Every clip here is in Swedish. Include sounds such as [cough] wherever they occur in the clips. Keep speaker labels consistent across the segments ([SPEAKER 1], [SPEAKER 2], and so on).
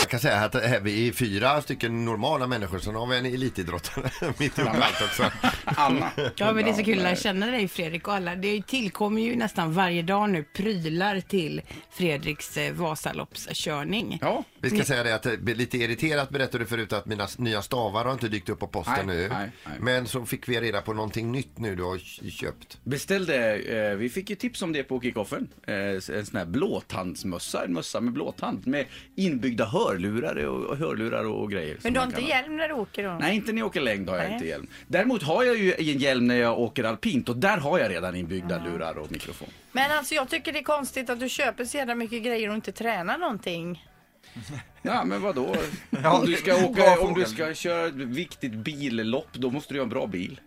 [SPEAKER 1] jag kan säga att här, vi är fyra stycken normala människor, sen har vi en elitidrottare [laughs] mitt uppe i allt också.
[SPEAKER 2] [laughs] Anna.
[SPEAKER 3] Ja, men det är så kul att lära känna dig Fredrik och alla. Det tillkommer ju nästan varje dag nu prylar till Fredriks eh, Vasaloppskörning.
[SPEAKER 2] Ja.
[SPEAKER 1] Vi ska säga det att det blir lite irriterat berättade du förut att mina nya stavar har inte dykt upp på posten
[SPEAKER 2] Nej,
[SPEAKER 1] nu.
[SPEAKER 2] nej, nej.
[SPEAKER 1] Men så fick vi reda på någonting nytt nu du har köpt.
[SPEAKER 2] Beställde, eh, vi fick ju tips om det på kickoffen. Eh, en sån här blåtandsmössa, en mössa med blåtand med inbyggda hörlurar och, och hörlurar och, och grejer. som
[SPEAKER 4] Men du har
[SPEAKER 2] man
[SPEAKER 4] inte
[SPEAKER 2] kan-
[SPEAKER 4] hjälm när du åker då?
[SPEAKER 2] Nej, inte när jag åker längd har jag
[SPEAKER 4] Nej.
[SPEAKER 2] inte hjälm. Däremot har jag ju en hjälm när jag åker alpint och där har jag redan inbyggda lurar och mikrofon.
[SPEAKER 4] Men alltså jag tycker det är konstigt att du köper så jävla mycket grejer och inte tränar någonting.
[SPEAKER 2] Ja, men vadå?
[SPEAKER 5] Ja,
[SPEAKER 2] Om du
[SPEAKER 5] det är
[SPEAKER 2] ska,
[SPEAKER 5] en bra
[SPEAKER 2] åka, om du ska
[SPEAKER 5] fråga.
[SPEAKER 2] köra ett viktigt billopp, då måste du ha en bra bil.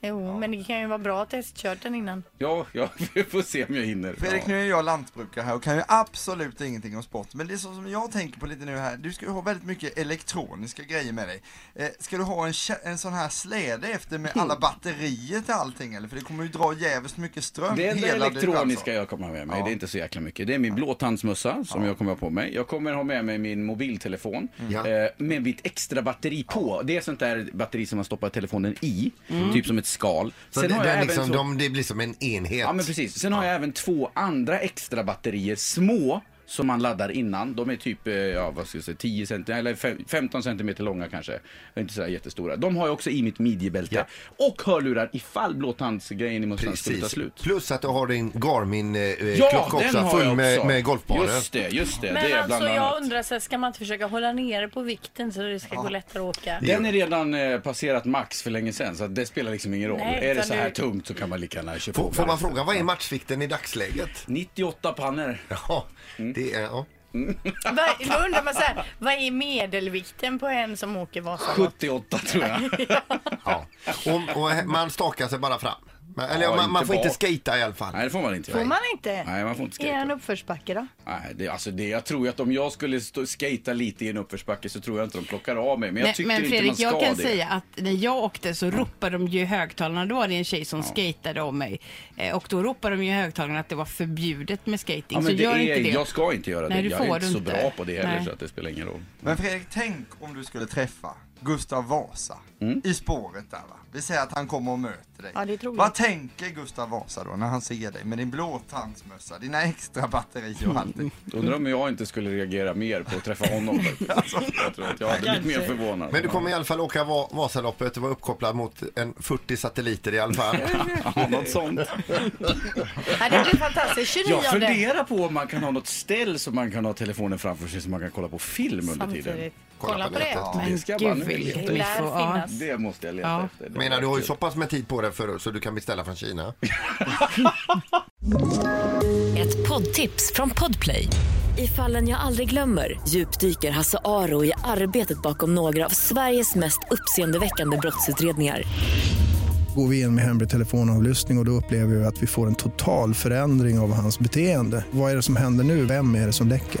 [SPEAKER 4] Jo, men det kan ju vara bra att testkört den innan.
[SPEAKER 2] Ja, ja, [laughs] vi får se om jag hinner.
[SPEAKER 5] Fredrik,
[SPEAKER 2] ja.
[SPEAKER 5] nu är jag lantbrukare här och kan ju absolut ingenting om sport, men det är så som jag tänker på lite nu här, du ska ju ha väldigt mycket elektroniska grejer med dig. Eh, ska du ha en, kä- en sån här släde efter med alla
[SPEAKER 2] Mm.
[SPEAKER 5] batterier till allting eller? För det kommer ju dra jävligt mycket ström
[SPEAKER 2] Det enda
[SPEAKER 5] hela alltså. dit,
[SPEAKER 2] elektroniska jag kommer ha med mig,
[SPEAKER 5] Ja.
[SPEAKER 2] det är inte så jäkla mycket. Det är min blåtandsmössa som jag kommer ha på mig. Jag kommer ha med mig min mobiltelefon
[SPEAKER 1] Mm. Ja.
[SPEAKER 2] eh, med mitt extra batteri på. Det är sånt där batteri som man stoppar telefonen i, typ som ett skal.
[SPEAKER 1] Mm. Så det,
[SPEAKER 2] har
[SPEAKER 1] det,
[SPEAKER 2] jag
[SPEAKER 1] är
[SPEAKER 2] även
[SPEAKER 1] liksom,
[SPEAKER 2] så-
[SPEAKER 1] de, det blir som en enhet.
[SPEAKER 2] Ja men precis. Sen har jag även två andra extra batterier, små, som man laddar innan. De är typ eh, ja, vad ska jag säga, 10 cm, eller fem- 15 cm långa kanske. Inte så där jättestora. De har jag också i mitt midjebälte. Och hörlurar ifall blåtandsgrejen i mössan skulle ta
[SPEAKER 1] Precis.
[SPEAKER 2] slut.
[SPEAKER 1] Plus att du har din Garmin-klocka Eh, också full med, med golfbanor.
[SPEAKER 2] Just det, just det. det
[SPEAKER 4] Men
[SPEAKER 2] är bland
[SPEAKER 4] alltså jag
[SPEAKER 2] annat.
[SPEAKER 4] undrar så här, ska man inte försöka hålla nere på vikten så det ska gå lättare att åka?
[SPEAKER 2] Den är redan eh, passerat max för länge sedan så att det spelar liksom ingen roll.
[SPEAKER 4] Nej,
[SPEAKER 2] är det
[SPEAKER 4] utan
[SPEAKER 2] så här
[SPEAKER 4] du-
[SPEAKER 2] tungt så kan man lika gärna köpa
[SPEAKER 1] Får, får man fråga, vad är matchvikten i dagsläget? [laughs]
[SPEAKER 2] 98 pannor.
[SPEAKER 1] Ja,
[SPEAKER 2] Mm.
[SPEAKER 1] det är... Ja.
[SPEAKER 4] Va, då undrar man så här, vad är medelvikten på en som åker Vasaloppet?
[SPEAKER 2] 78 tror
[SPEAKER 3] [laughs]
[SPEAKER 2] jag.
[SPEAKER 1] Ja. Och, och man stakar sig bara fram. Men, eller
[SPEAKER 2] Ja,
[SPEAKER 1] man, man
[SPEAKER 2] inte
[SPEAKER 1] får inte
[SPEAKER 2] bak.
[SPEAKER 1] skata i alla fall.
[SPEAKER 2] Nej, det får man inte.
[SPEAKER 4] Får man inte?
[SPEAKER 2] Nej, man får inte
[SPEAKER 4] Är
[SPEAKER 2] skata.
[SPEAKER 4] en uppförsbacke då?
[SPEAKER 2] Nej, det, alltså det, jag tror ju att om jag skulle stå, skata lite i en uppförsbacke så tror jag inte de plockar av mig. Men jag
[SPEAKER 3] Men,
[SPEAKER 2] tycker
[SPEAKER 3] men
[SPEAKER 2] inte man
[SPEAKER 3] Fredrik,
[SPEAKER 2] ska
[SPEAKER 3] jag kan
[SPEAKER 2] det.
[SPEAKER 3] säga att när jag åkte så ropade de ju i högtalarna, då var det en tjej som skatade om mig. Eh, Och då ropade de ju i högtalarna att det var förbjudet med skating.
[SPEAKER 2] Ja,
[SPEAKER 3] så
[SPEAKER 2] men det
[SPEAKER 3] gör
[SPEAKER 2] är,
[SPEAKER 3] inte det.
[SPEAKER 2] Jag ska inte göra
[SPEAKER 3] Nej,
[SPEAKER 2] det.
[SPEAKER 3] det
[SPEAKER 2] jag
[SPEAKER 3] får
[SPEAKER 2] är inte
[SPEAKER 3] du
[SPEAKER 2] så
[SPEAKER 3] inte.
[SPEAKER 2] bra på det heller
[SPEAKER 3] Nej.
[SPEAKER 2] så att det spelar ingen roll.
[SPEAKER 5] Men Fredrik, tänk om du skulle träffa Gustav Vasa
[SPEAKER 2] Mm.
[SPEAKER 5] i spåret där va? Vi säger att han kommer och möter dig.
[SPEAKER 4] Ja, det är troligt.
[SPEAKER 5] Vad tänker Gustav Vasa då när han ser dig med din blåtandsmössa, dina extra batterier och allting?
[SPEAKER 2] Undrar om jag inte skulle reagera mer på att
[SPEAKER 1] [laughs]
[SPEAKER 2] träffa honom. jag tror att jag hade blivit mer förvånad.
[SPEAKER 1] Alltså. Men du kommer i alla fall åka Va- Vasaloppet och vara uppkopplad mot en 40 satelliter i alla
[SPEAKER 2] [laughs]
[SPEAKER 1] fall.
[SPEAKER 2] ja, något sånt.
[SPEAKER 4] Ja, det blir fantastiskt. 29
[SPEAKER 2] Jag funderar på om man kan ha något ställ som man kan ha telefonen framför sig så man kan kolla på film under tiden.
[SPEAKER 4] samtidigt. Kolla på det.
[SPEAKER 1] nätet.
[SPEAKER 3] Men
[SPEAKER 2] det ska man
[SPEAKER 3] gud
[SPEAKER 2] nu
[SPEAKER 3] vilket
[SPEAKER 2] leta
[SPEAKER 4] Det lär
[SPEAKER 3] info. Ja.
[SPEAKER 4] finnas.
[SPEAKER 2] Det måste jag leta
[SPEAKER 3] Ja.
[SPEAKER 2] efter. Det
[SPEAKER 1] Jag menar,
[SPEAKER 2] var
[SPEAKER 1] du har ju
[SPEAKER 2] kul.
[SPEAKER 1] så pass med tid på dig för, så du kan beställa från Kina.
[SPEAKER 6] Ett poddtips från Podplay. I fallen jag aldrig glömmer djupdyker Hasse Aro i arbetet bakom några av Sveriges mest uppseendeväckande brottsutredningar.
[SPEAKER 7] Går vi in med hemlig telefonavlyssning och, och då upplever vi att vi får en total förändring av hans beteende. Vad är det som händer nu? Vem är det som läcker?